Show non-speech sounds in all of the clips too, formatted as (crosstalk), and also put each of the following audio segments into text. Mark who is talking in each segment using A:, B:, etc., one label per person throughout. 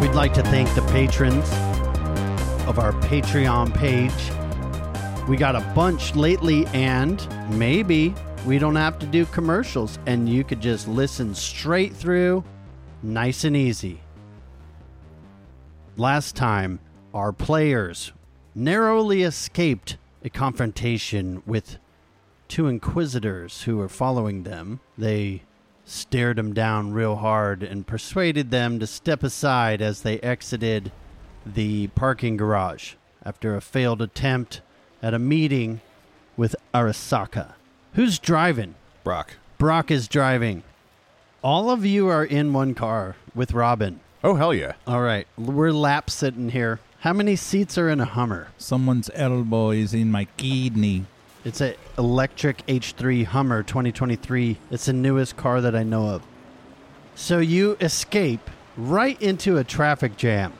A: We'd like to thank the patrons of our Patreon page. We got a bunch lately, and maybe we don't have to do commercials, and you could just listen straight through, nice and easy. Last time, our players narrowly escaped a confrontation with two inquisitors who were following them. They stared them down real hard and persuaded them to step aside as they exited the parking garage after a failed attempt at a meeting with Arasaka. Who's driving?
B: Brock.
A: Brock is driving. All of you are in one car with Robin.
B: Oh hell yeah!
A: All right, we're lap sitting here. How many seats are in a Hummer?
C: Someone's elbow is in my kidney.
A: It's a electric H3 Hummer 2023. It's the newest car that I know of. So you escape right into a traffic jam,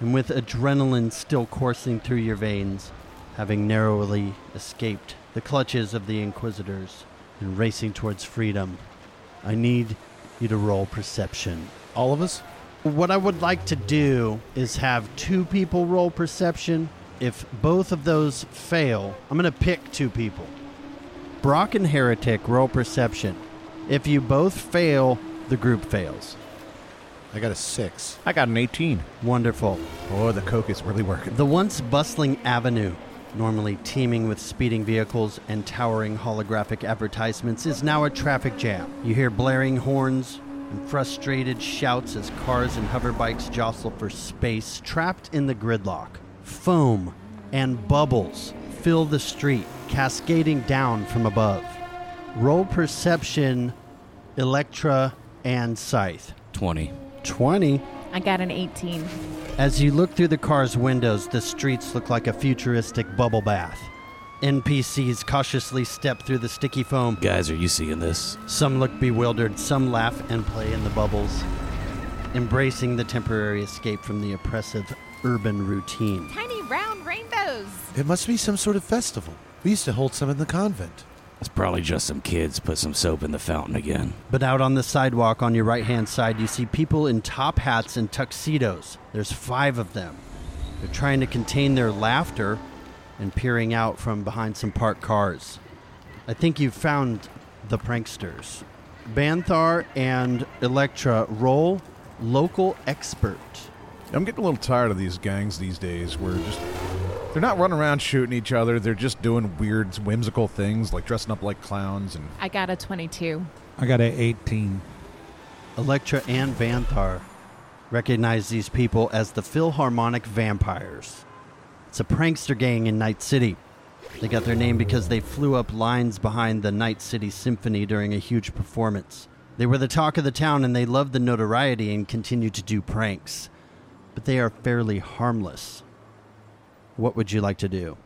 A: and with adrenaline still coursing through your veins, having narrowly escaped the clutches of the Inquisitors and racing towards freedom, I need you to roll perception.
B: All of us.
A: What I would like to do is have two people roll perception. If both of those fail, I'm going to pick two people. Brock and Heretic roll perception. If you both fail, the group fails.
D: I got a six.
B: I got an eighteen.
A: Wonderful.
D: Oh, the coke is really working.
A: The once bustling avenue, normally teeming with speeding vehicles and towering holographic advertisements, is now a traffic jam. You hear blaring horns and frustrated shouts as cars and hoverbikes jostle for space, trapped in the gridlock. Foam and bubbles fill the street, cascading down from above. Roll perception, Electra, and Scythe.
E: 20.
A: 20.
F: I got an 18.
A: As you look through the car's windows, the streets look like a futuristic bubble bath. NPCs cautiously step through the sticky foam.
E: Guys, are you seeing this?
A: Some look bewildered, some laugh and play in the bubbles, embracing the temporary escape from the oppressive urban routine.
F: Tiny round rainbows.
D: It must be some sort of festival. We used to hold some in the convent.
E: It's probably just some kids put some soap in the fountain again.
A: But out on the sidewalk on your right hand side, you see people in top hats and tuxedos. There's five of them. They're trying to contain their laughter and peering out from behind some parked cars. I think you've found the pranksters. Banthar and Electra roll local expert.
B: I'm getting a little tired of these gangs these days. Where just they're not running around shooting each other. They're just doing weird, whimsical things like dressing up like clowns and
F: I got a 22.
C: I got an 18.
A: Electra and Vanthar recognize these people as the Philharmonic Vampires. It's a prankster gang in Night City. They got their name because they flew up lines behind the Night City Symphony during a huge performance. They were the talk of the town and they loved the notoriety and continued to do pranks. But they are fairly harmless. What would you like to do?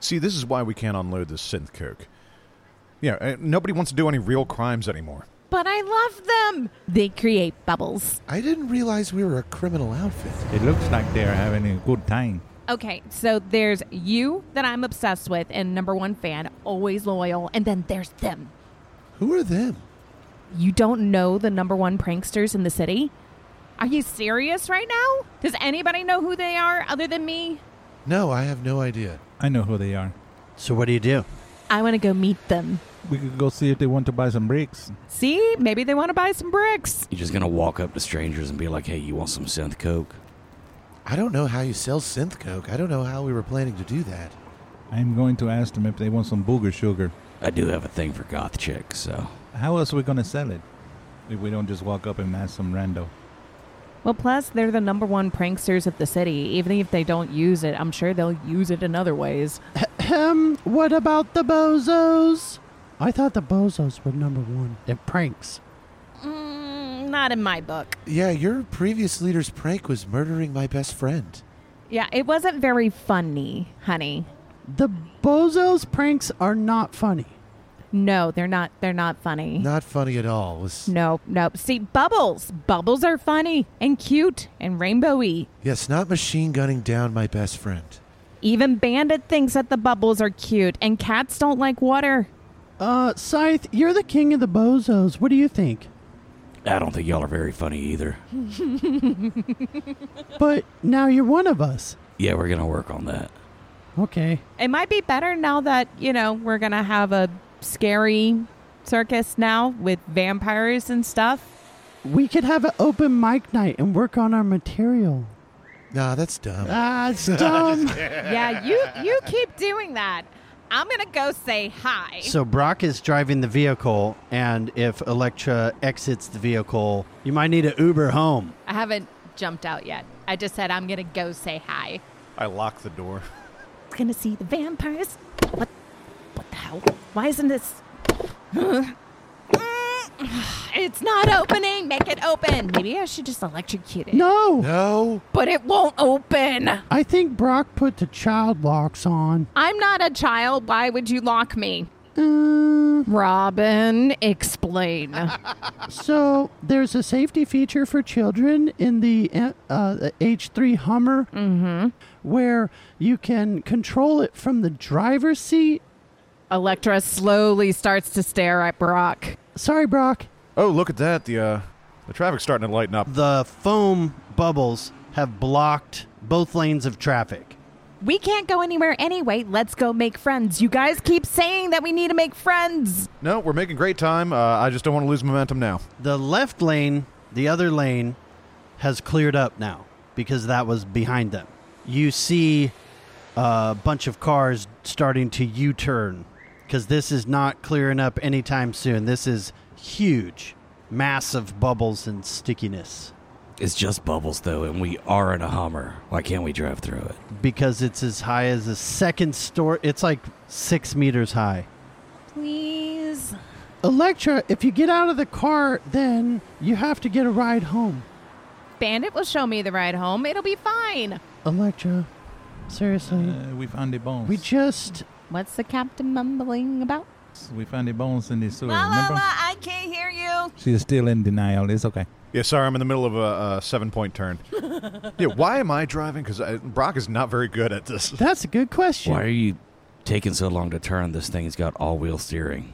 B: see. This is why we can't unload this synth coke. Yeah, uh, nobody wants to do any real crimes anymore.
F: But I love them. They create bubbles.
D: I didn't realize we were a criminal outfit.
C: It looks like they're having a good time.
F: Okay, so there's you that I'm obsessed with and number one fan, always loyal, and then there's them.
D: Who are them?
F: You don't know the number one pranksters in the city? Are you serious right now? Does anybody know who they are other than me?
D: No, I have no idea.
C: I know who they are.
A: So, what do you do?
F: I want to go meet them.
C: We could go see if they want to buy some bricks.
F: See, maybe they want to buy some bricks.
E: You're just gonna walk up to strangers and be like, hey, you want some synth coke?
D: I don't know how you sell synth coke. I don't know how we were planning to do that.
C: I'm going to ask them if they want some booger sugar.
E: I do have a thing for goth chicks, so.
C: How else are we going to sell it if we don't just walk up and ask some rando?
F: Well, plus, they're the number one pranksters of the city. Even if they don't use it, I'm sure they'll use it in other ways.
A: Ahem, what about the bozos? I thought the bozos were number one in pranks.
F: Mm, not in my book.
D: Yeah, your previous leader's prank was murdering my best friend.
F: Yeah, it wasn't very funny, honey.
A: The bozos pranks are not funny.
F: No, they're not. They're not funny.
D: Not funny at all. Was
F: No, no. See, bubbles. Bubbles are funny and cute and rainbowy.
D: yes, not machine gunning down my best friend.
F: Even Bandit thinks that the bubbles are cute, and cats don't like water.
A: Uh, Scythe, you're the king of the bozos. What do you think?
E: I don't think y'all are very funny either.
A: But now you're one of us.
E: Yeah, we're gonna work on that.
A: Okay.
F: It might be better now that, you know, we're going to have a scary circus now with vampires and stuff.
A: We could have an open mic night and work on our material.
D: Nah, that's dumb.
A: Ah, it's dumb.
F: yeah, you you keep doing that. I'm going to go say hi.
A: so Brock is driving the vehicle, and if Electra exits the vehicle, you might need an Uber home.
F: I haven't jumped out yet. I just said I'm going to go say hi.
B: I lock the door.
F: going to see the vampires. What what the hell? Why isn't this (sighs) It's not opening. Make it open. Maybe I should just electrocute it.
A: No,
D: No.
F: But it won't open.
A: I think Brock put the child locks on.
F: I'm not a child. Why would you lock me? Mm.
A: Uh,
F: Robin, (laughs) explain.
A: so there's a safety feature for children in the uh, uh, H3 Hummer where you can control it from the driver's seat.
F: Electra slowly starts to stare at Brock.
A: Sorry, Brock.
B: Oh, look at that. The uh, the traffic's starting to lighten up.
A: The foam bubbles have blocked both lanes of traffic.
F: We can't go anywhere anyway. Let's go make friends. You guys keep saying that we need to make friends.
B: No, we're making great time. Uh, I just don't want to lose momentum now.
A: The left lane, the other lane, has cleared up now because that was behind them. You see a bunch of cars starting to U turn because this is not clearing up anytime soon. This is huge, massive bubbles and stickiness
E: It's just bubbles though, and we are in a Hummer. Why can't we drive through it?
A: because it's as high as a second story. It's like six meters high.
F: Please.
A: Electra, if you get out of the car, then you have to get a ride home.
F: Bandit will show me the ride home. It'll be fine.
A: Electra, seriously.
C: Uh, we found the bones.
A: We just.
F: What's the captain mumbling about?
C: we found the bones in the sewer.
F: La la
C: remember?
F: la, I can't hear you.
C: She is still in denial. It's okay.
B: Yeah, sorry, I'm in the middle of a, a seven point turn. yeah, why am I driving? Because Brock is not very good at this.
A: That's a good question.
E: Why are you taking so long to turn? This thing's got all-wheel steering.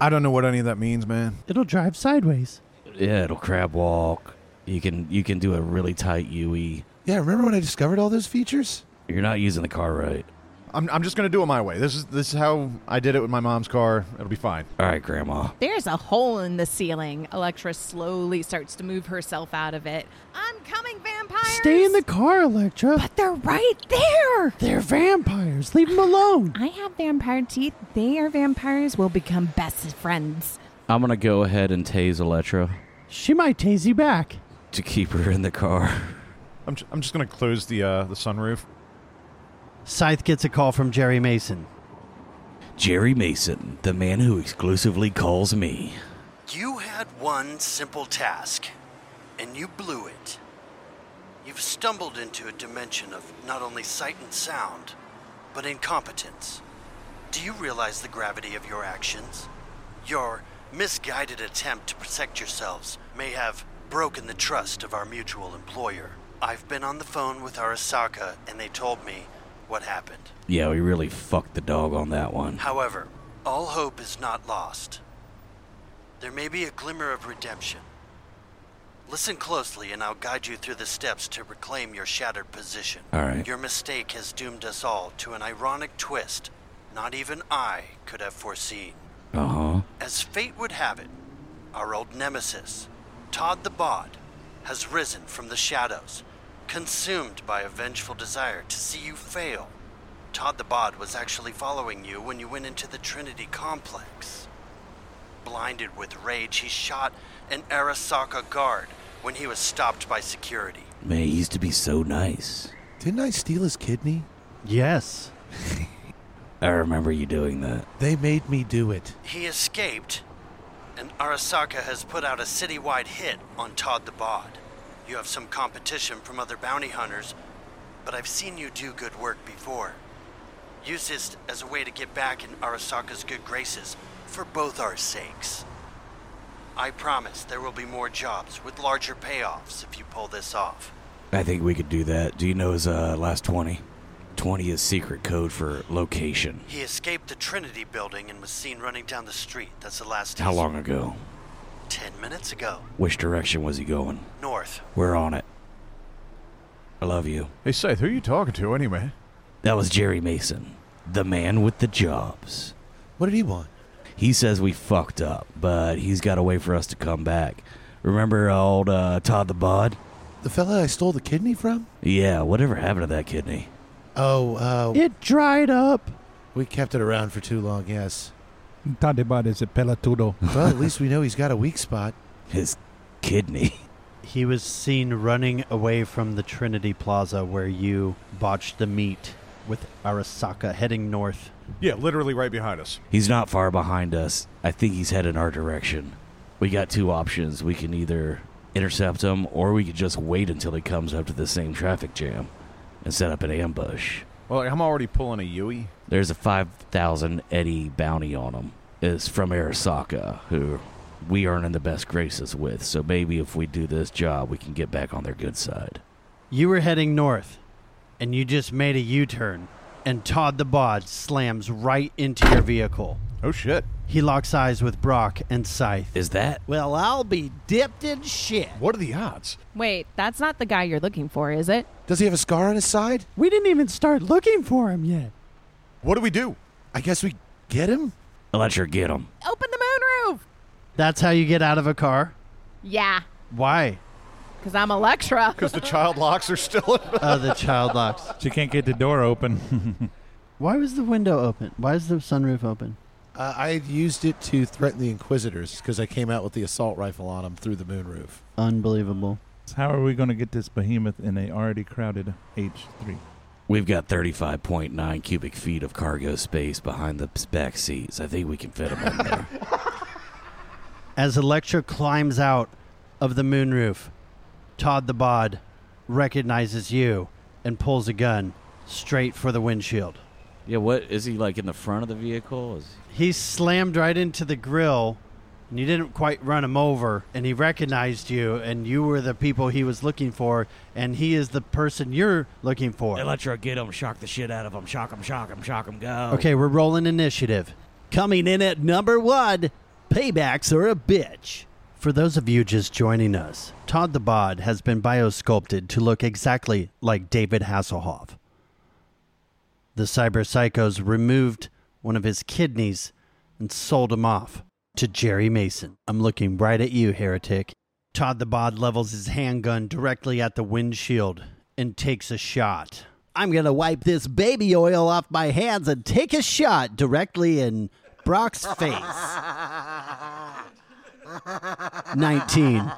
B: I don't know what any of that means, man.
A: It'll drive sideways.
E: Yeah, it'll crab walk. You can you can do a really tight UE.
D: Yeah, remember when I discovered all those features?
E: You're not using the car right.
B: I'm, I'm just gonna do it my way. This is this is how I did it with my mom's car. It'll be fine.
E: All right, Grandma.
F: There's a hole in the ceiling. Electra slowly starts to move herself out of it. I'm coming, vampires.
A: Stay in the car, Electra.
F: But they're right there.
A: They're vampires. Leave them alone.
F: I have vampire teeth. They are vampires. We'll become best friends.
E: I'm gonna go ahead and tase Electra
A: She might tase you back.
E: to keep her in the car.
B: I'm, ju- I'm just gonna close the uh, the sunroof.
A: Scythe gets a call from Jerry Mason.
E: Jerry Mason, the man who exclusively calls me.
A: You had one simple task, and you blew it. You've stumbled into a dimension of not only sight and sound, but incompetence. Do you realize the gravity of your actions? Your misguided attempt to protect yourselves may have broken the trust of our mutual employer. I've been on the phone with Arasaka, and they told me what happened.
E: Yeah, we really fucked the dog on that one.
A: However, all hope is not lost. There may be a glimmer of redemption. Listen closely, and I'll guide you through the steps to reclaim your shattered position.
E: All right.
A: Your mistake has doomed us all to an ironic twist not even I could have foreseen.
E: Uh huh.
A: As fate would have it, our old nemesis, Todd the Bod, has risen from the shadows, consumed by a vengeful desire to see you fail. Todd the Bod was actually following you when you went into the Trinity Complex. Blinded with rage, he shot an Arasaka guard when he was stopped by security.
E: Man, he used to be so nice.
D: Didn't I steal his kidney?
A: Yes.
E: I remember you doing that.
D: They made me do it.
A: He escaped, and Arasaka has put out a citywide hit on Todd the Bod. You have some competition from other bounty hunters, but I've seen you do good work before. Use this as a way to get back in Arasaka's good graces for both our sakes. I promise there will be more jobs with larger payoffs if you pull this off.
E: I think we could do that. Do you know his uh, last 20? 20 is secret code for location.
A: He escaped the Trinity building and was seen running down the street. That's the last.
E: How
A: he's-
E: long ago?
A: ten minutes ago.
E: Which direction was he going?
A: North.
E: We're on it. I love you.
B: Hey, Scythe, who are you talking to anyway?
E: That was Jerry Mason, the man with the jobs.
D: What did he want?
E: He says we fucked up, but he's got a way for us to come back. Remember old uh, Todd the Bod?
D: The fella I stole the kidney from?
E: Yeah, whatever happened to that kidney?
D: Oh, uh,
A: It dried up.
D: we kept it around for too long, yes.
C: Talked about is a pelatudo.
D: Well, at least we know he's got a weak spot.
E: His kidney. (laughs)
A: He was seen running away from the Trinity Plaza where you botched the meet with Arasaka heading north.
B: Yeah, literally right behind us.
E: He's not far behind us. I think he's heading our direction. We got two options. We can either intercept him or we could just wait until he comes up to the same traffic jam and set up an ambush.
B: Well, I'm already pulling a Yui.
E: There's a 5,000 Eddie bounty on him. It's from Arasaka, who we aren't in the best graces with, so maybe if we do this job, we can get back on their good side.
A: You were heading north, and you just made a U turn, and Todd the Bod slams right into your vehicle.
B: Oh, shit.
A: He locks eyes with Brock and Scythe.
E: Is that?
A: Well, I'll be dipped in shit.
B: What are the odds?
F: Wait, that's not the guy you're looking for, is it?
D: Does he have a scar on his side?
A: We didn't even start looking for him yet.
B: What do we do?
D: I guess we get him?
E: Electra, get him.
F: Open the moonroof!
A: That's how you get out of a car?
F: Yeah,
A: Why?
F: because I'm Electra.
B: Because the (laughs) child locks are still.
A: Oh, the child locks.
C: She can't get the door open.
A: Why was the window open? Why is the sunroof open?
D: Uh, I had used it to threaten the Inquisitors because I came out with the assault rifle on them through the moonroof.
A: Unbelievable.
C: (laughs) How are we going to get this behemoth in a already crowded H3?
E: We've got 35.9 cubic feet of cargo space behind the back seats. I think we can fit him in there.
A: As Electra climbs out of the moonroof, Todd the Bod recognizes you and pulls a gun straight for the windshield.
E: (laughs) Yeah, what is he like in the front of the vehicle? Is
A: He slammed right into the grill, and you didn't quite run him over, and he recognized you, and you were the people he was looking for, and he is the person you're looking for.
E: Electro, get him, shock the shit out of him, shock him, shock him, shock him, go.
A: Okay, we're rolling initiative. Coming in at number one, paybacks are a bitch. For those of you just joining us, Todd the Bod has been biosculpted to look exactly like David Hasselhoff. The cyber psychos removed one of his kidneys and sold him off to Jerry Mason. I'm looking right at you, heretic. Todd the Bod levels his handgun directly at the windshield and takes a shot. I'm going to wipe this baby oil off my hands and take a shot directly in Brock's face. 19.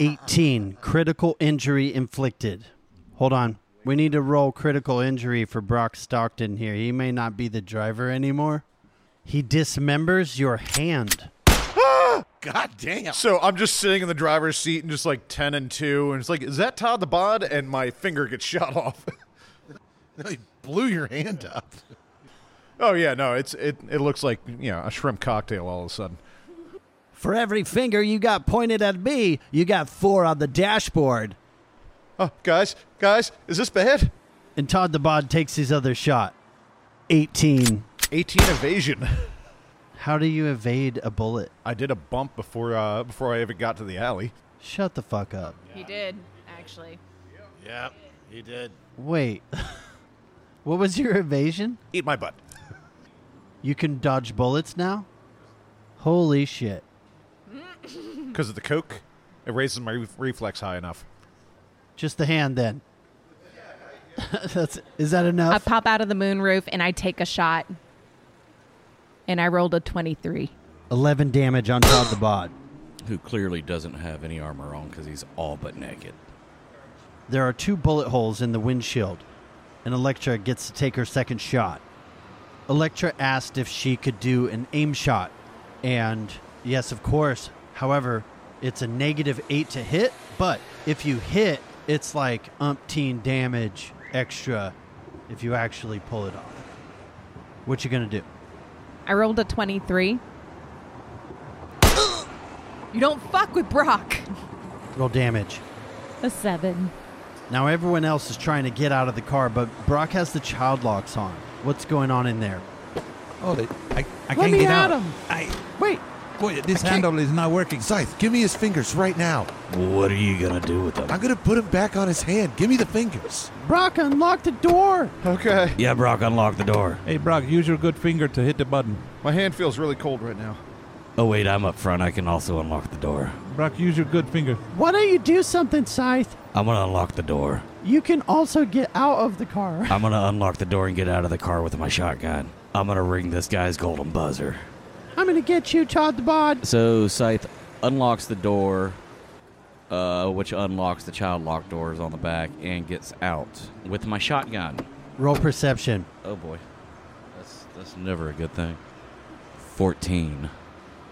A: 18. Critical injury inflicted. Hold on. We need to roll critical injury for Brock Stockton here. He may not be the driver anymore. He dismembers your hand.
D: God damn.
B: So I'm just sitting in the driver's seat and just like 10 and 2, and it's like, is that Todd the Bod? And my finger gets shot off. (laughs)
D: No, he blew your hand up.
B: oh, yeah, no, it's it, it looks like, you know, a shrimp cocktail all of a sudden.
A: For every finger you got pointed at me, you got four on the dashboard.
B: Oh, guys, guys, is this bad?
A: And Todd the Bod takes his other shot. 18.
B: 18 evasion.
A: How do you evade a bullet?
B: I did a bump before uh, before I even got to the alley.
A: Shut the fuck up.
F: He did, actually.
D: Yeah, he did.
A: Wait. (laughs) what was your evasion?
B: Eat my butt.
A: You can dodge bullets now? Holy shit.
B: Because of the coke, it raises my re- reflex high enough.
A: Just the hand then. (laughs) That's is that
F: I
A: enough?
F: pop out of the moonroof and I take a shot. And I rolled a 23.
A: 11 damage on Todd the Bod.
E: Who clearly doesn't have any armor on because he's all but naked.
A: There are two bullet holes in the windshield, and Electra gets to take her second shot. Electra asked if she could do an aim shot, and yes, of course. However, it's a negative eight to hit, but if you hit, it's like umpteen damage extra if you actually pull it off. What you gonna do?
F: I rolled a 23. (gasps) you don't fuck with Brock.
A: Roll damage.
F: (laughs) A 7.
A: Now everyone else is trying to get out of the car, but Brock has the child locks on. What's going on in there?
D: Oh, they, I, I
A: Let
D: can't
A: me
D: get
A: at
D: out.
A: him.
D: I,
A: Wait,
C: Boy, this
D: I can't-
C: handle is not working.
D: Scythe, give me his fingers right now.
E: What are you gonna do with them?
D: I'm gonna put him back on his hand. Give me the fingers.
A: Brock, unlock the door.
B: Okay.
E: Yeah, Brock, unlock the door.
C: Hey, Brock, use your good finger to hit the button.
B: My hand feels really cold right now.
E: Oh wait, I'm up front. I can also unlock the door.
C: Brock, use your good finger.
A: Why don't you do something, Scythe?
E: I'm gonna unlock the door.
A: You can also get out of the car. (laughs)
E: I'm gonna unlock the door and get out of the car with my shotgun. I'm gonna ring this guy's golden buzzer.
A: I'm gonna get you, Todd the Bod.
G: So Scythe unlocks the door, uh, which unlocks the child lock doors on the back, and gets out with my shotgun.
A: Roll perception.
G: Oh boy, that's that's never a good thing. Fourteen.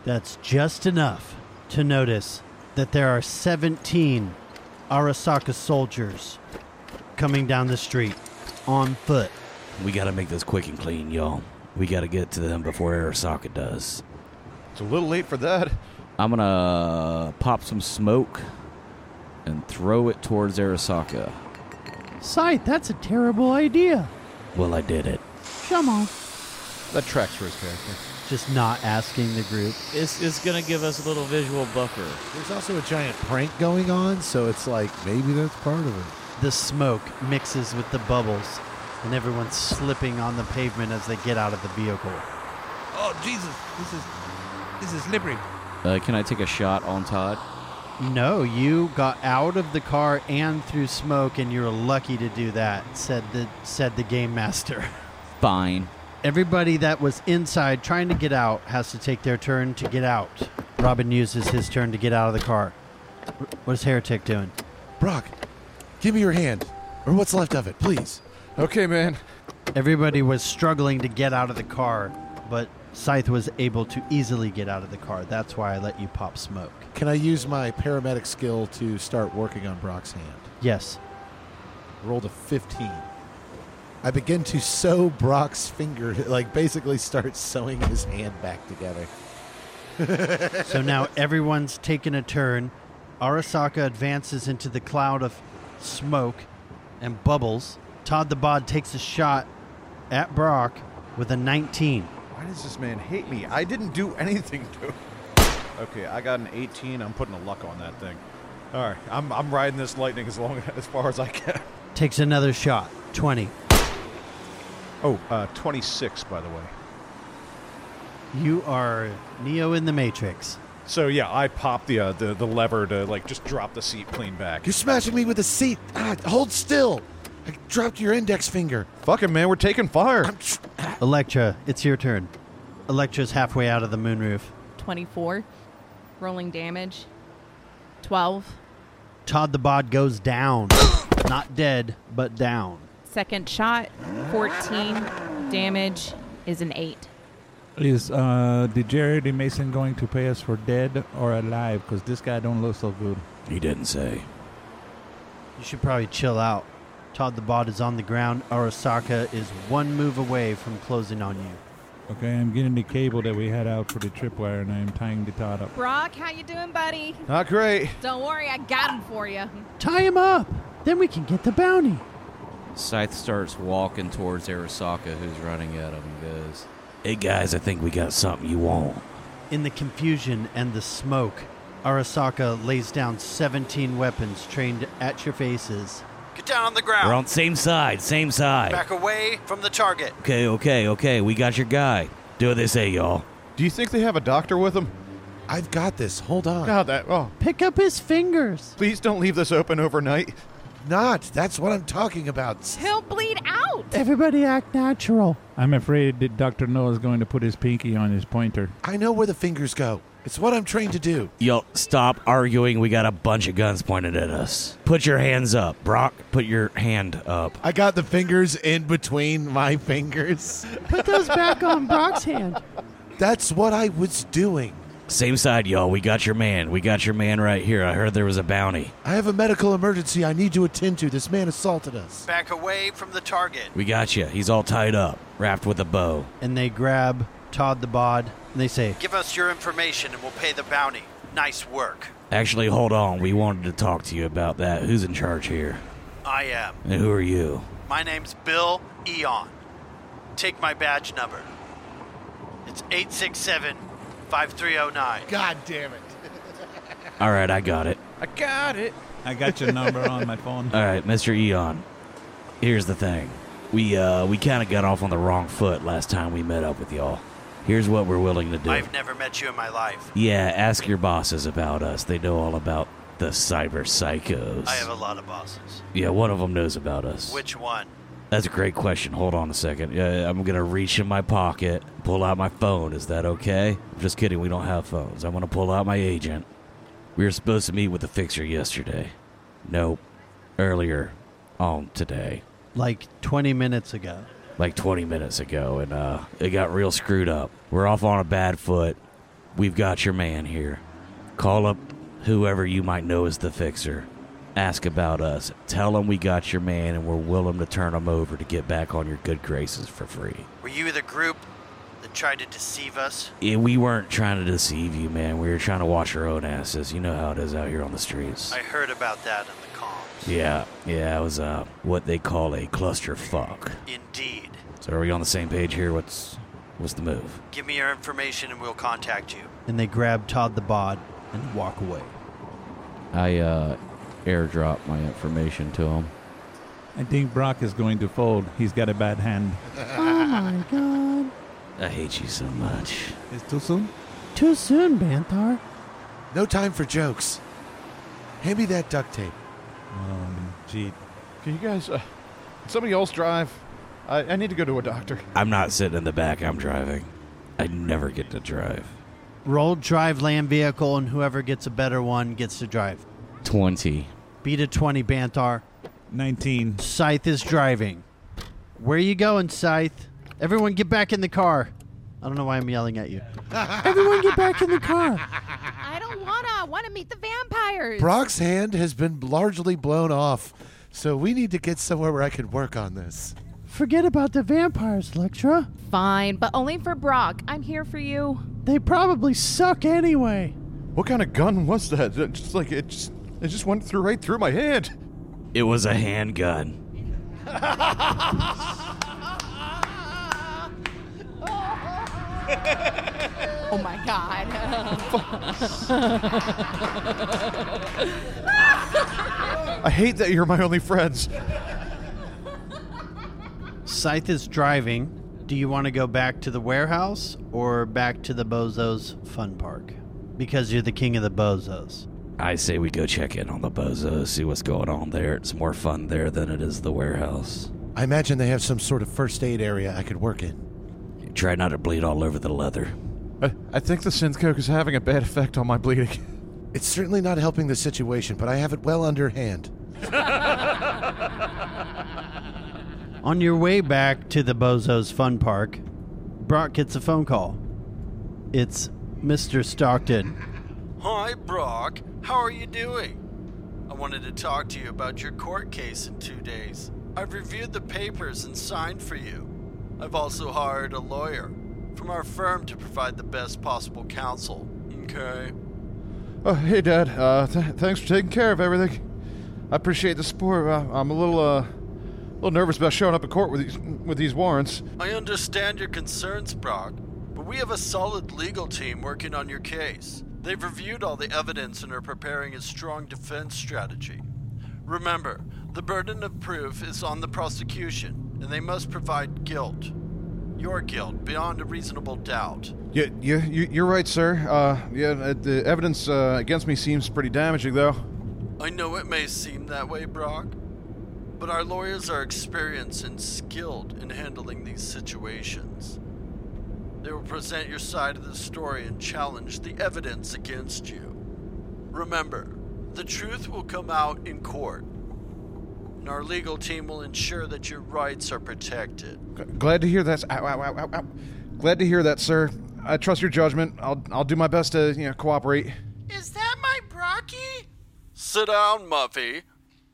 A: That's just enough to notice that there are 17 Arasaka soldiers coming down the street on foot.
E: We gotta make this quick and clean, y'all. We gotta get to them before Arasaka does.
B: It's a little late for that.
G: I'm gonna pop some smoke and throw it towards Arasaka.
A: Sight, that's a terrible idea.
E: Well, I did it.
A: Come on.
B: That tracks for his character.
A: Just not asking the group.
G: It's it's gonna give us a little visual buffer.
D: There's also a giant prank going on, so it's like maybe that's part of it.
A: The smoke mixes with the bubbles, and everyone's slipping on the pavement as they get out of the vehicle.
C: Oh, Jesus. This is this is slippery.
G: Uh, can I take a shot on Todd?
A: No, you got out of the car and through smoke, and you're lucky to do that, said the, said the game master. (laughs)
G: Fine.
A: Everybody that was inside trying to get out has to take their turn to get out. Robin uses his turn to get out of the car. Wh- What is Heretic doing?
D: Brock, give me your hand, or what's left of it, please.
B: Okay, man.
A: Everybody was struggling to get out of the car, but Scythe was able to easily get out of the car. That's why I let you pop smoke.
D: Can I use my paramedic skill to start working on Brock's hand?
A: Yes.
D: Rolled a 15. I begin to sew Brock's finger, (laughs) like basically start sewing his hand back together.
A: So now everyone's taken a turn. Arasaka advances into the cloud of smoke and bubbles. Todd the Bod takes a shot at Brock with a 19.
B: Why does this man hate me? I didn't do anything to him. Okay, I got an 18. I'm putting a luck on that thing. All right, I'm, I'm riding this lightning as long (laughs) as far as I can.
A: Takes another shot, 20.
B: Oh, uh, 26, by the way.
A: You are Neo in the Matrix.
B: So yeah, I popped the uh, the the lever to like just drop the seat clean back.
D: You're smashing me with a seat. Ah, hold still. I dropped your index finger.
B: Fucking man, we're taking fire.
D: I'm tr- ah.
A: Electra, it's your turn. Electra's halfway out of the moonroof.
F: 24. Rolling damage. 12.
A: Todd the Bod goes down. Not dead, but down.
F: Second shot. 14. Damage is an 8.
C: Is uh, the Jerry the Mason going to pay us for dead or alive? Because this guy don't look so good.
E: He didn't say.
A: You should probably chill out. Todd the Bod is on the ground. Arasaka is one move away from closing on you.
C: Okay, I'm getting the cable that we had out for the tripwire, and I'm tying the Todd up.
F: Brock, how you doing, buddy?
B: Not great.
F: Don't worry, I got him for you.
A: Tie him up. Then we can get the bounty.
G: Scythe starts walking towards Arasaka, who's running at him, and goes,
E: Hey guys, I think we got something you want.
A: In the confusion and the smoke, Arasaka lays down 17 weapons trained at your faces. Get down on the ground.
E: We're on same side, same side.
A: Back away from the target.
E: Okay, okay, okay. We got your guy. Do what they say, y'all.
B: Do you think they have a doctor with them?
D: I've got this. Hold on.
B: God, that. Oh,
A: Pick up his fingers.
B: please don't leave this open overnight.
D: Not. That's what I'm talking about. S-
F: He'll bleed out.
A: Everybody act natural.
C: I'm afraid that Dr. Noah is going to put his pinky on his pointer.
D: I know where the fingers go. It's what I'm trained to do.
E: Y'all, stop arguing. We got a bunch of guns pointed at us. Put your hands up. Brock, put your hand up.
D: I got the fingers in between my fingers.
A: Put those back on Brock's hand.
D: That's what I was doing.
E: Same side, y'all. We got your man. We got your man right here. I heard there was a bounty.
D: I have a medical emergency I need to attend to. This man assaulted us.
A: Back away from the target.
E: We got you. He's all tied up, wrapped with a bow.
A: And they grab Todd the Bod and they say, Give us your information and we'll pay the bounty. Nice work.
E: Actually, hold on. We wanted to talk to you about that. Who's in charge here?
A: I am.
E: And who are you?
A: My name's Bill Eon. Take my badge number. It's 867 5309.
D: God damn it.
E: All right, I got it.
B: I got it.
C: I got your number on my phone.
E: All right, Mr. Eon. Here's the thing. We uh we kind of got off on the wrong foot last time we met up with y'all. Here's what we're willing to do.
A: I've never met you in my life.
E: Yeah, ask your bosses about us. They know all about the cyber psychos.
A: I have a lot of bosses.
E: yeah, one of them knows about us.
A: Which one?
E: That's a great question. Hold on a second. Uh, I'm gonna reach in my pocket, pull out my phone. Is that okay? I'm just kidding. We don't have phones. I'm gonna pull out my agent. We were supposed to meet with the fixer yesterday. Nope. Earlier on today,
A: Like 20 minutes ago.
E: like 20 minutes ago, and uh, it got real screwed up. We're off on a bad foot. We've got your man here. Call up whoever you might know is the fixer. Ask about us. Tell them we got your man and we're willing to turn him over to get back on your good graces for free.
A: Were you the group that tried to deceive us?
E: Yeah, we weren't trying to deceive you, man. We were trying to wash our own asses. You know how it is out here on the streets.
A: I heard about that in the comms.
E: yeah, yeah, it was uh, what they call a clusterfuck.
A: Indeed.
E: So are we on the same page here? What's what's the move?
A: Give me your information and we'll contact you. And they grab Todd the bod and walk away.
G: I uh, airdrop my information to him.
C: (laughs) I think Brock is going to fold. He's got a bad hand. oh my god.
E: I hate you so much.
C: It's too soon?
A: Too soon, Banthar.
D: No time for jokes. Hand me that duct tape.
C: Um, gee.
B: Can you guys? Uh, can somebody else drive. I, I need to go to a doctor.
E: I'm not sitting in the back. I'm driving. I never get to drive.
A: Roll drive land vehicle, and whoever gets a better one gets to drive.
G: 20.
A: Beat a 20, Banthar.
C: 19.
A: Scythe is driving. Where you going, Scythe? Everyone get back in the car. I don't know why I'm yelling at you. Everyone get back in the car.
F: I don't wanna. I wanna meet the vampires.
D: Brock's hand has been largely blown off, so we need to get somewhere where I can work on this.
A: Forget about the vampires, Electra.
F: Fine, but only for Brock. I'm here for you.
A: They probably suck anyway.
B: What kind of gun was that? It Just like it just, it just went through right through my head.
E: It was a handgun.
F: Oh my god. (laughs)
B: I hate that you're my only friends.
A: Scythe is driving. Do you want to go back to the warehouse or back to the Bozos Fun Park? Because you're the king of the Bozos.
E: I say we go check in on the bozo, see what's going on there. It's more fun there than it is the warehouse.
D: I imagine they have some sort of first aid area I could work in.
E: Try not to bleed all over the leather.
B: I, I think the synth coke is having a bad effect on my bleeding.
D: It's certainly not helping the situation, but I have it well under hand.
A: On your way back to the Bozos Fun Park, Brock gets a phone call. It's Mr. Stockton. Hi, Brock. How are you doing? I wanted to talk to you about your court case in two days. I've reviewed the papers and signed for you. I've also hired a lawyer from our firm to provide the best possible counsel. Okay.
B: Oh, hey, Dad. Uh, th- thanks for taking care of everything. I appreciate the support. I, I'm a little, uh, a little nervous about showing up in court with these with these warrants.
A: I understand your concerns, Brock, but we have a solid legal team working on your case. They've reviewed all the evidence and are preparing a strong defense strategy. Remember, the burden of proof is on the prosecution, and they must provide guilt. Your guilt beyond a reasonable doubt.
B: Yeah, yeah, you, you're right, sir. Uh, yeah, uh, the evidence uh, against me seems pretty damaging, though.
A: I know it may seem that way, Brock, but our lawyers are experienced and skilled in handling these situations. They will present your side of the story and challenge the evidence against you. Remember, the truth will come out in court, and our legal team will ensure that your rights are protected.
B: G- glad to hear that. Ow, ow, ow, ow, ow. Glad to hear that, sir. I trust your judgment. I'll I'll do my best to you know cooperate.
A: Is that my Brocky? Sit down, Muffy.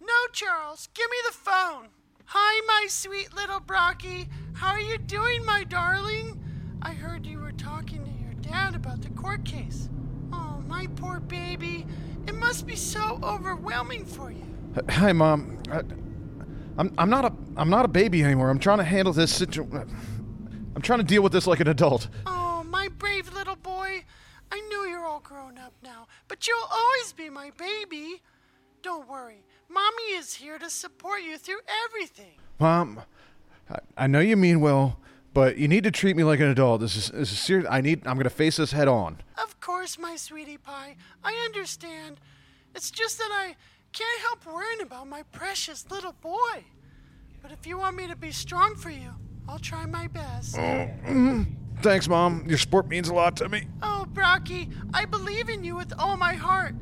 A: No, Charles. Give me the phone. Hi, my sweet little Brocky. How are you doing, my darling? I heard you were talking to your dad about the court case. Oh, my poor baby. It must be so overwhelming for you.
B: H- Hi, mom. I, I'm I'm not a I'm not a baby anymore. I'm trying to handle this situ. I'm trying to deal with this like an adult.
A: Oh, my brave little boy.
H: up now, but you'll always be my baby. Don't worry, Mommy is here to support you through everything.
B: Mom, I, I know you mean well, but you need to treat me like an adult. This is this is serious. I need. I'm gonna face this head on.
H: Of course, my sweetie pie, I understand. It's just that I can't help worrying about my precious little boy. But if you want me to be strong for you, I'll try my best.
B: Thanks, Mom. Your sport means a lot to me.
H: Oh, Brocky, I believe in you with all my heart.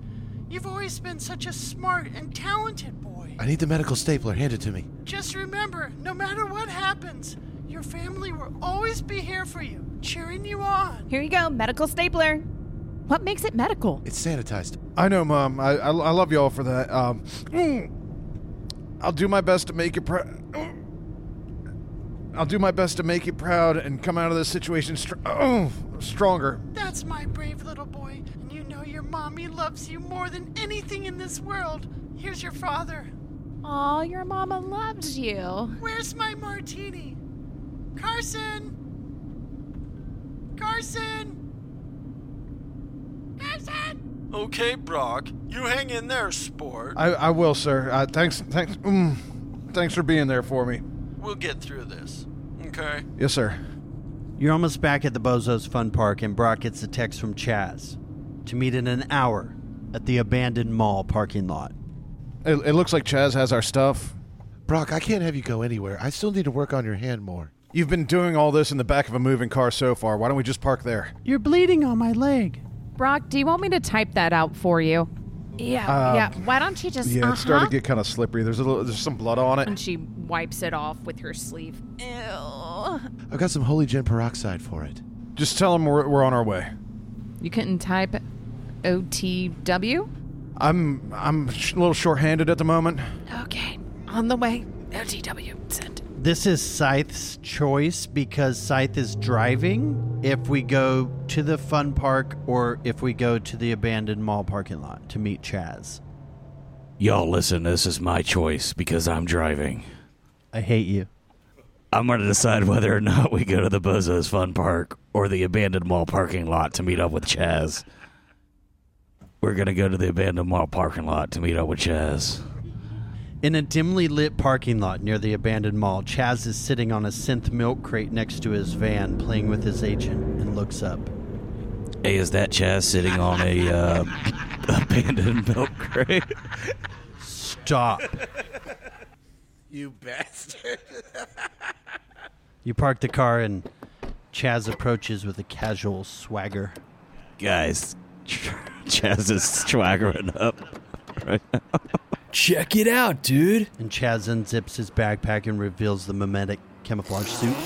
H: You've always been such a smart and talented boy.
D: I need the medical stapler. Hand it to me.
H: Just remember, no matter what happens, your family will always be here for you, cheering you on.
F: Here you go, medical stapler. What makes it medical?
D: It's sanitized.
B: I know, Mom. I I, I love y'all for that. Um, I'll do my best to make you proud. I'll do my best to make you proud and come out of this situation str- oh, stronger.
H: That's my brave little boy, and you know your mommy loves you more than anything in this world. Here's your father.
F: Aw, your mama loves you.
H: Where's my martini? Carson! Carson! Carson!
I: Okay, Brock, you hang in there, sport.
B: I, I will, sir. Uh, thanks, thanks, mm, thanks for being there for me.
I: We'll get through this. Okay?
B: Yes, sir.
A: You're almost back at the Bozo's Fun Park, and Brock gets a text from Chaz to meet in an hour at the abandoned mall parking lot.
B: It, it looks like Chaz has our stuff.
D: Brock, I can't have you go anywhere. I still need to work on your hand more.
B: You've been doing all this in the back of a moving car so far. Why don't we just park there?
A: You're bleeding on my leg.
F: Brock, do you want me to type that out for you? Yeah, yeah. Why don't you just
B: Yeah,
F: uh-huh.
B: it's starting to get kind of slippery. There's a little, there's some blood on
F: and
B: it.
F: she wipes it off with her sleeve. Ew.
D: I've got some holy gin peroxide for it.
B: Just tell him we're, we're on our way.
F: You couldn't type OTW?
B: I'm I'm sh- a little short-handed at the moment.
F: Okay. On the way. OTW. Send.
A: This is Scythe's choice because Scythe is driving if we go to the fun park or if we go to the abandoned mall parking lot to meet Chaz.
E: Y'all, listen, this is my choice because I'm driving.
A: I hate you.
E: I'm going to decide whether or not we go to the Bozo's Fun Park or the abandoned mall parking lot to meet up with Chaz. We're going to go to the abandoned mall parking lot to meet up with Chaz.
A: In a dimly lit parking lot near the abandoned mall, Chaz is sitting on a synth milk crate next to his van playing with his agent and looks up.
E: Hey, is that Chaz sitting on a uh, (laughs) abandoned milk crate? (laughs)
A: Stop.
D: (laughs) You bastard.
A: You park the car and Chaz approaches with a casual swagger.
E: Guys, (laughs) Chaz is (laughs) swaggering up.
I: Check it out, dude.
A: And Chaz unzips his backpack and reveals the mimetic camouflage suit.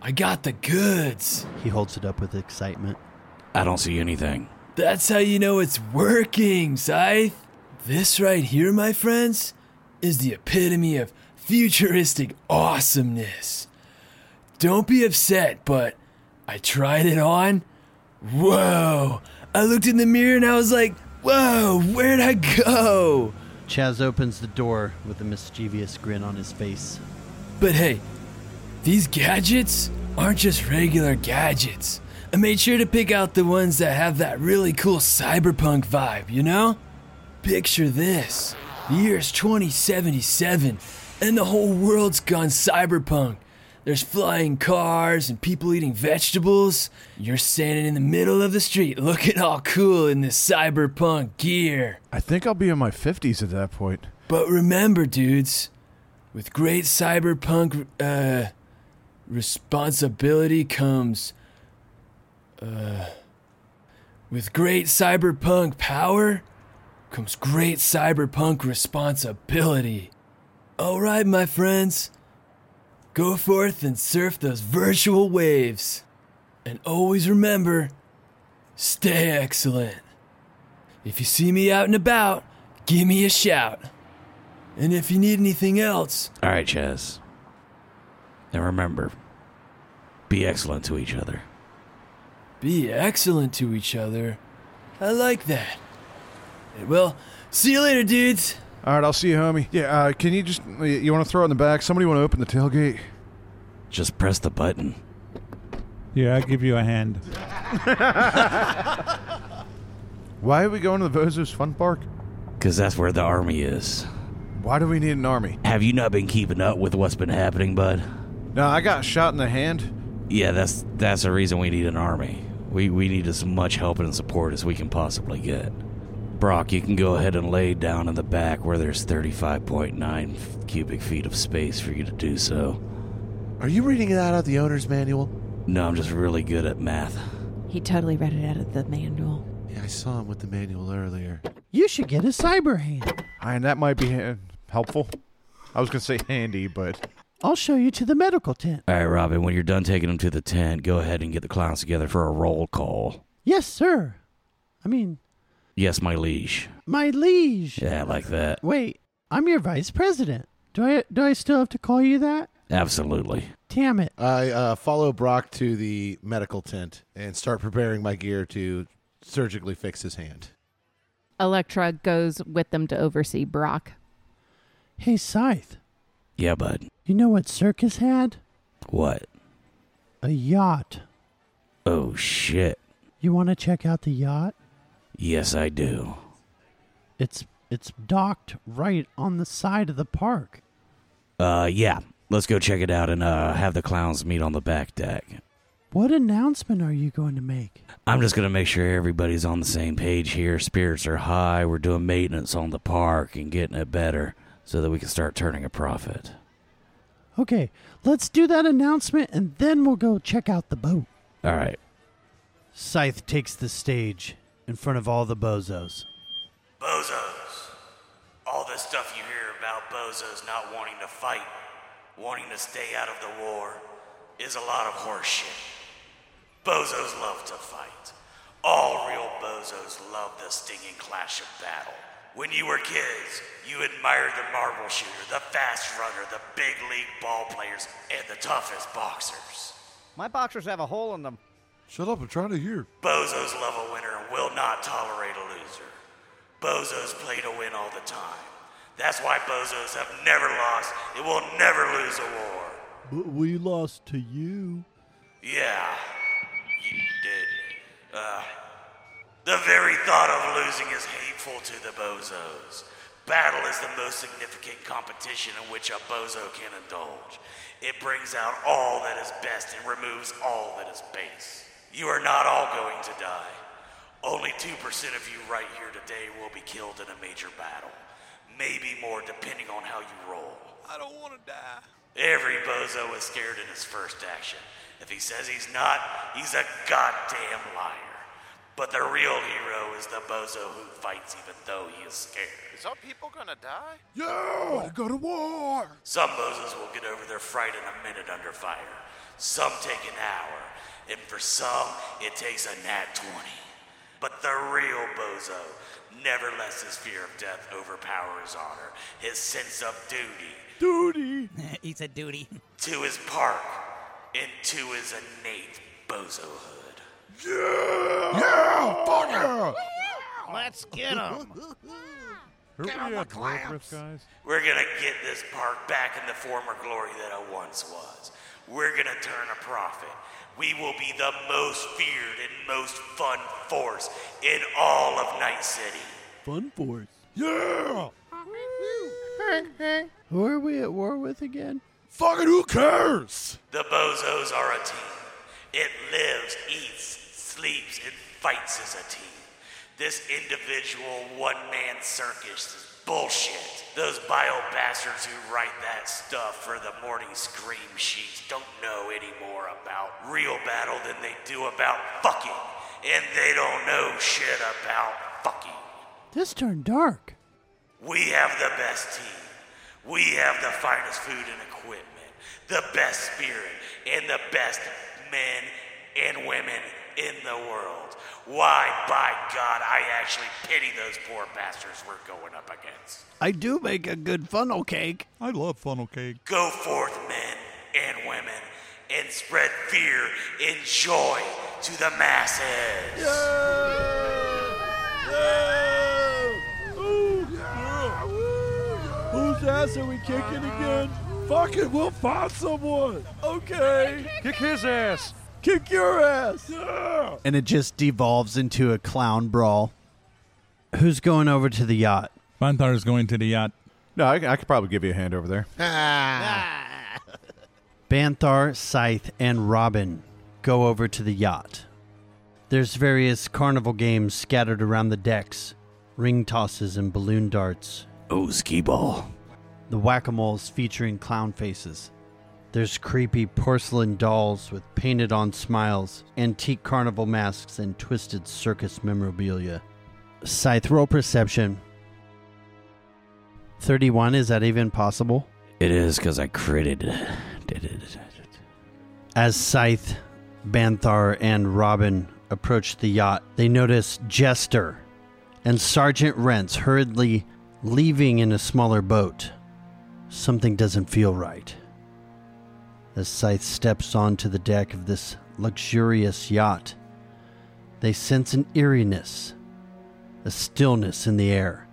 I: I got the goods.
A: He holds it up with excitement.
E: I don't see anything.
I: That's how you know it's working, Scythe. This right here, my friends, is the epitome of futuristic awesomeness. Don't be upset, but I tried it on. Whoa! I looked in the mirror and I was like, whoa, where'd I go?
A: Chaz opens the door with a mischievous grin on his face.
I: But hey, these gadgets aren't just regular gadgets. I made sure to pick out the ones that have that really cool cyberpunk vibe, you know? Picture this the year's 2077, and the whole world's gone cyberpunk. There's flying cars and people eating vegetables. You're standing in the middle of the street looking all cool in this cyberpunk gear.
B: I think I'll be in my 50s at that point.
I: But remember, dudes, with great cyberpunk uh, responsibility comes. Uh, with great cyberpunk power comes great cyberpunk responsibility. Alright, my friends, go forth and surf those virtual waves. And always remember stay excellent. If you see me out and about, give me a shout. And if you need anything else,
E: All right, Chaz. And remember, be excellent to each other.
I: be excellent to each other. I like that. And, Well, see you later, dudes.
B: All right, I'll see you, homie. Yeah, uh, can you just you- you want to throw it in the back? Somebody want to open the tailgate?
E: Just press the button.
C: Here, I'll give you a hand.
B: Why are we going to the Bozos Fun Park?
J: because that's where the army is.
B: Why do we need an army?
J: Have you not been keeping up with what's been happening, bud?
B: No, I got shot in the hand.
J: Yeah, that's that's the reason we need an army. We we need as much help and support as we can possibly get. Brock, you can go ahead and lay down in the back where there's 35.9 cubic feet of space for you to do so.
D: Are you reading that out of the owner's manual?
J: No, I'm just really good at math.
F: He totally read it out of the manual.
D: Yeah, I saw him with the manual earlier.
G: You should get a cyber hand.
B: And that might be uh, helpful. I was going to say handy, but
G: I'll show you to the medical tent.
J: All right, Robin, when you're done taking them to the tent, go ahead and get the clowns together for a roll call.
G: Yes, sir. I mean,
J: Yes, my liege.
G: my liege.
J: Yeah, like that.
G: Wait, I'm your vice president. Do I do I still have to call you that?
J: Absolutely.
G: Damn it.
D: I uh, follow Brock to the medical tent and start preparing my gear to surgically fix his hand.
F: Electra goes with them to oversee Brock.
G: Hey, Scythe.
J: Yeah, bud.
G: You know what Circus had?
J: What?
G: A yacht.
J: Oh, shit.
G: You want to check out the yacht?
J: Yes, I do.
G: It's it's docked right on the side of the park.
J: Uh, yeah. Let's go check it out and uh, have the clowns meet on the back deck.
G: What announcement are you going to make?
J: I'm just gonna make sure everybody's on the same page here. Spirits are high. We're doing maintenance on the park and getting it better so that we can start turning a profit.
G: Okay, let's do that announcement and then we'll go check out the boat.
J: All right.
G: Scythe takes the stage in front of all the bozos.
J: Bozos. All this stuff you hear about bozos not wanting to fight, wanting to stay out of the war, is a lot of horseshit. Bozos love to fight. All real bozos love the stinging clash of battle. When you were kids, you admired the marble shooter, the fast runner, the big league ball players, and the toughest boxers.
E: My boxers have a hole in them.
D: Shut up! I'm trying to hear.
J: Bozos love a winner and will not tolerate a loser. Bozos play to win all the time. That's why Bozos have never lost and will never lose a war.
K: But we lost to you.
J: Yeah, you did. Uh, the very thought of losing is hateful to the bozos. Battle is the most significant competition in which a bozo can indulge. It brings out all that is best and removes all that is base. You are not all going to die. Only 2% of you right here today will be killed in a major battle. Maybe more depending on how you roll. Every bozo is scared in his first action. If he says he's not, he's a goddamn liar. But the real hero is the bozo who fights even though he is scared.
L: Is our people gonna die?
D: Oh,
B: yeah, go to war.
J: Some bozos will get over their fright in a minute under fire. Some take an hour. And for some, it takes a nat 20. But the real bozo never lets his fear of death overpower his honor, his sense of duty,
E: (laughs) he said duty.
J: to his park, and to his innate bozohood.
B: Yeah, fuck yeah.
E: Let's get him.
K: Get on the clowns. Guys?
J: We're gonna get this park back in the former glory that it once was. We're gonna turn a profit. We will be the most feared and most fun force in all of Night City.
K: Fun force.
B: Yeah,
G: Who are we at war with again?
B: fucking who cares?
J: The Bozos are a team. It lives, eats, sleeps, and fights as a team. This individual one man circus is bullshit. Those bio bastards who write that stuff for the morning scream sheets don't know any more about real battle than they do about fucking. And they don't know shit about fucking.
G: This turned dark.
J: We have the best team. We have the finest food and equipment, the best spirit, and the best men and women in the world. Why, by God, I actually pity those poor bastards we're going up against.
G: I do make a good funnel cake.
K: I love funnel cake.
J: Go forth, men and women, and spread fear and joy to the masses.
K: Whose ass are we kicking again? Fuck it, we'll find someone. Okay.
B: Kick his ass.
K: Kick your ass.
G: And it just devolves into a clown brawl.
A: Who's going over to the yacht?
C: Banthar's going to the yacht.
B: No, I, I could probably give you a hand over there.
A: Banthar, Scythe, and Robin go over to the yacht. There's various carnival games scattered around the decks ring tosses and balloon darts.
E: Oh, skee ball.
A: The whack a moles featuring clown faces. There's creepy porcelain dolls with painted on smiles, antique carnival masks, and twisted circus memorabilia. Scythe, roll perception. 31, is that even possible?
E: It is because I critted. Did it.
A: As Scythe, Banthar, and Robin approach the yacht, they notice Jester and Sergeant Rents hurriedly leaving in a smaller boat. Something doesn't feel right. As Scythe steps onto the deck of this luxurious yacht, they sense an eeriness, a stillness in the air.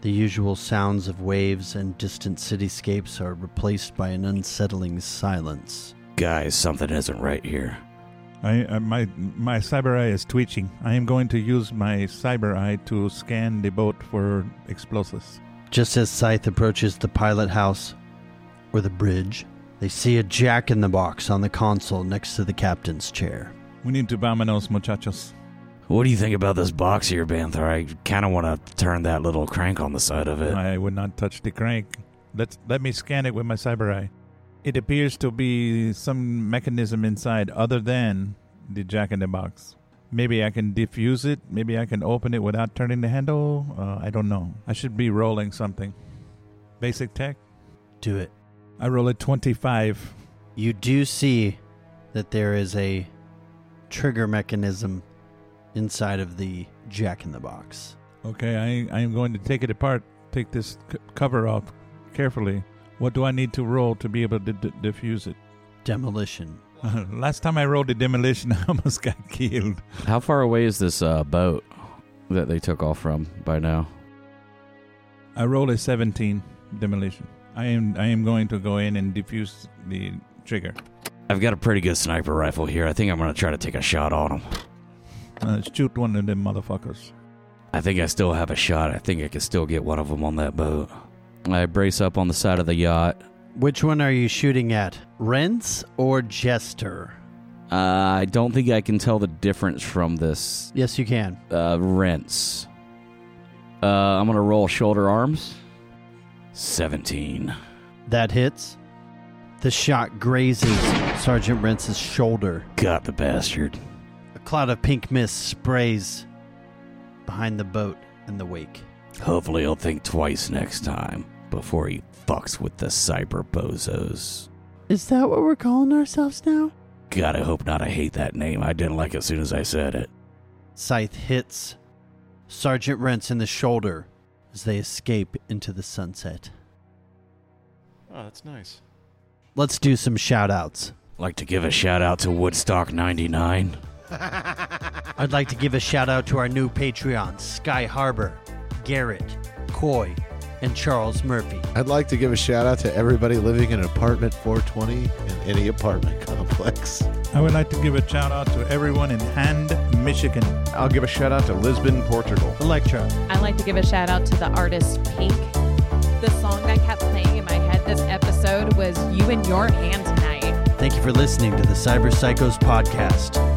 A: The usual sounds of waves and distant cityscapes are replaced by an unsettling silence.
E: Guys, something isn't right here.
C: I, uh, my my cyber eye is twitching. I am going to use my cyber eye to scan the boat for explosives.
A: Just as Scythe approaches the pilot house or the bridge, they see a jack in the box on the console next to the captain's chair.
C: We need to vamonos, muchachos.
E: What do you think about this box here, Banthar? I kind of want to turn that little crank on the side of it.
C: I would not touch the crank. Let let me scan it with my cyber eye. It appears to be some mechanism inside other than the jack in the box. Maybe I can defuse it. Maybe I can open it without turning the handle. Uh, I don't know. I should be rolling something. Basic tech.
A: Do it.
C: I roll a twenty-five.
A: You do see that there is a trigger mechanism inside of the jack in the box.
C: Okay, I I am going to take it apart. Take this c- cover off carefully. What do I need to roll to be able to d- defuse it?
A: Demolition.
C: (laughs) Last time I rolled a demolition, (laughs) I almost got killed.
G: How far away is this uh, boat that they took off from by now?
C: I rolled a seventeen demolition. I am I am going to go in and defuse the trigger.
E: I've got a pretty good sniper rifle here. I think I'm going to try to take a shot on him.
C: Uh, shoot one of them motherfuckers.
E: I think I still have a shot. I think I can still get one of them on that boat.
G: I brace up on the side of the yacht.
A: Which one are you shooting at? Rents or Jester?
G: Uh, I don't think I can tell the difference from this
A: Yes, you can.
G: uh, rents. Uh, I'm gonna roll shoulder arms.
E: 17.
A: That hits. The shot grazes Sergeant Rentz's shoulder.
E: Got the bastard.
A: A cloud of pink mist sprays behind the boat in the wake.
E: Hopefully, he'll think twice next time before he fucks with the cyber bozos.
A: Is that what we're calling ourselves now?
E: God, I hope not. I hate that name. I didn't like it as soon as I said it.
A: Scythe hits Sergeant Rents in the shoulder as they escape into the sunset.
B: Oh, that's nice.
A: Let's do some shout outs.
E: Like to give a shout out to Woodstock 99.
A: I'd like to give a shout out to our new Patreons, Sky Harbor, Garrett, Coy, and Charles Murphy.
D: I'd like to give a shout out to everybody living in apartment 420 in any apartment (laughs) complex.
C: I would like to give a shout out to everyone in Hand, Michigan.
B: I'll give a shout out to Lisbon, Portugal.
A: Electra,
F: I like to give a shout out to the artist Pink. The song that kept playing in my head this episode was You and Your Hand Tonight.
A: thank you for listening to the Cyber Psychos podcast.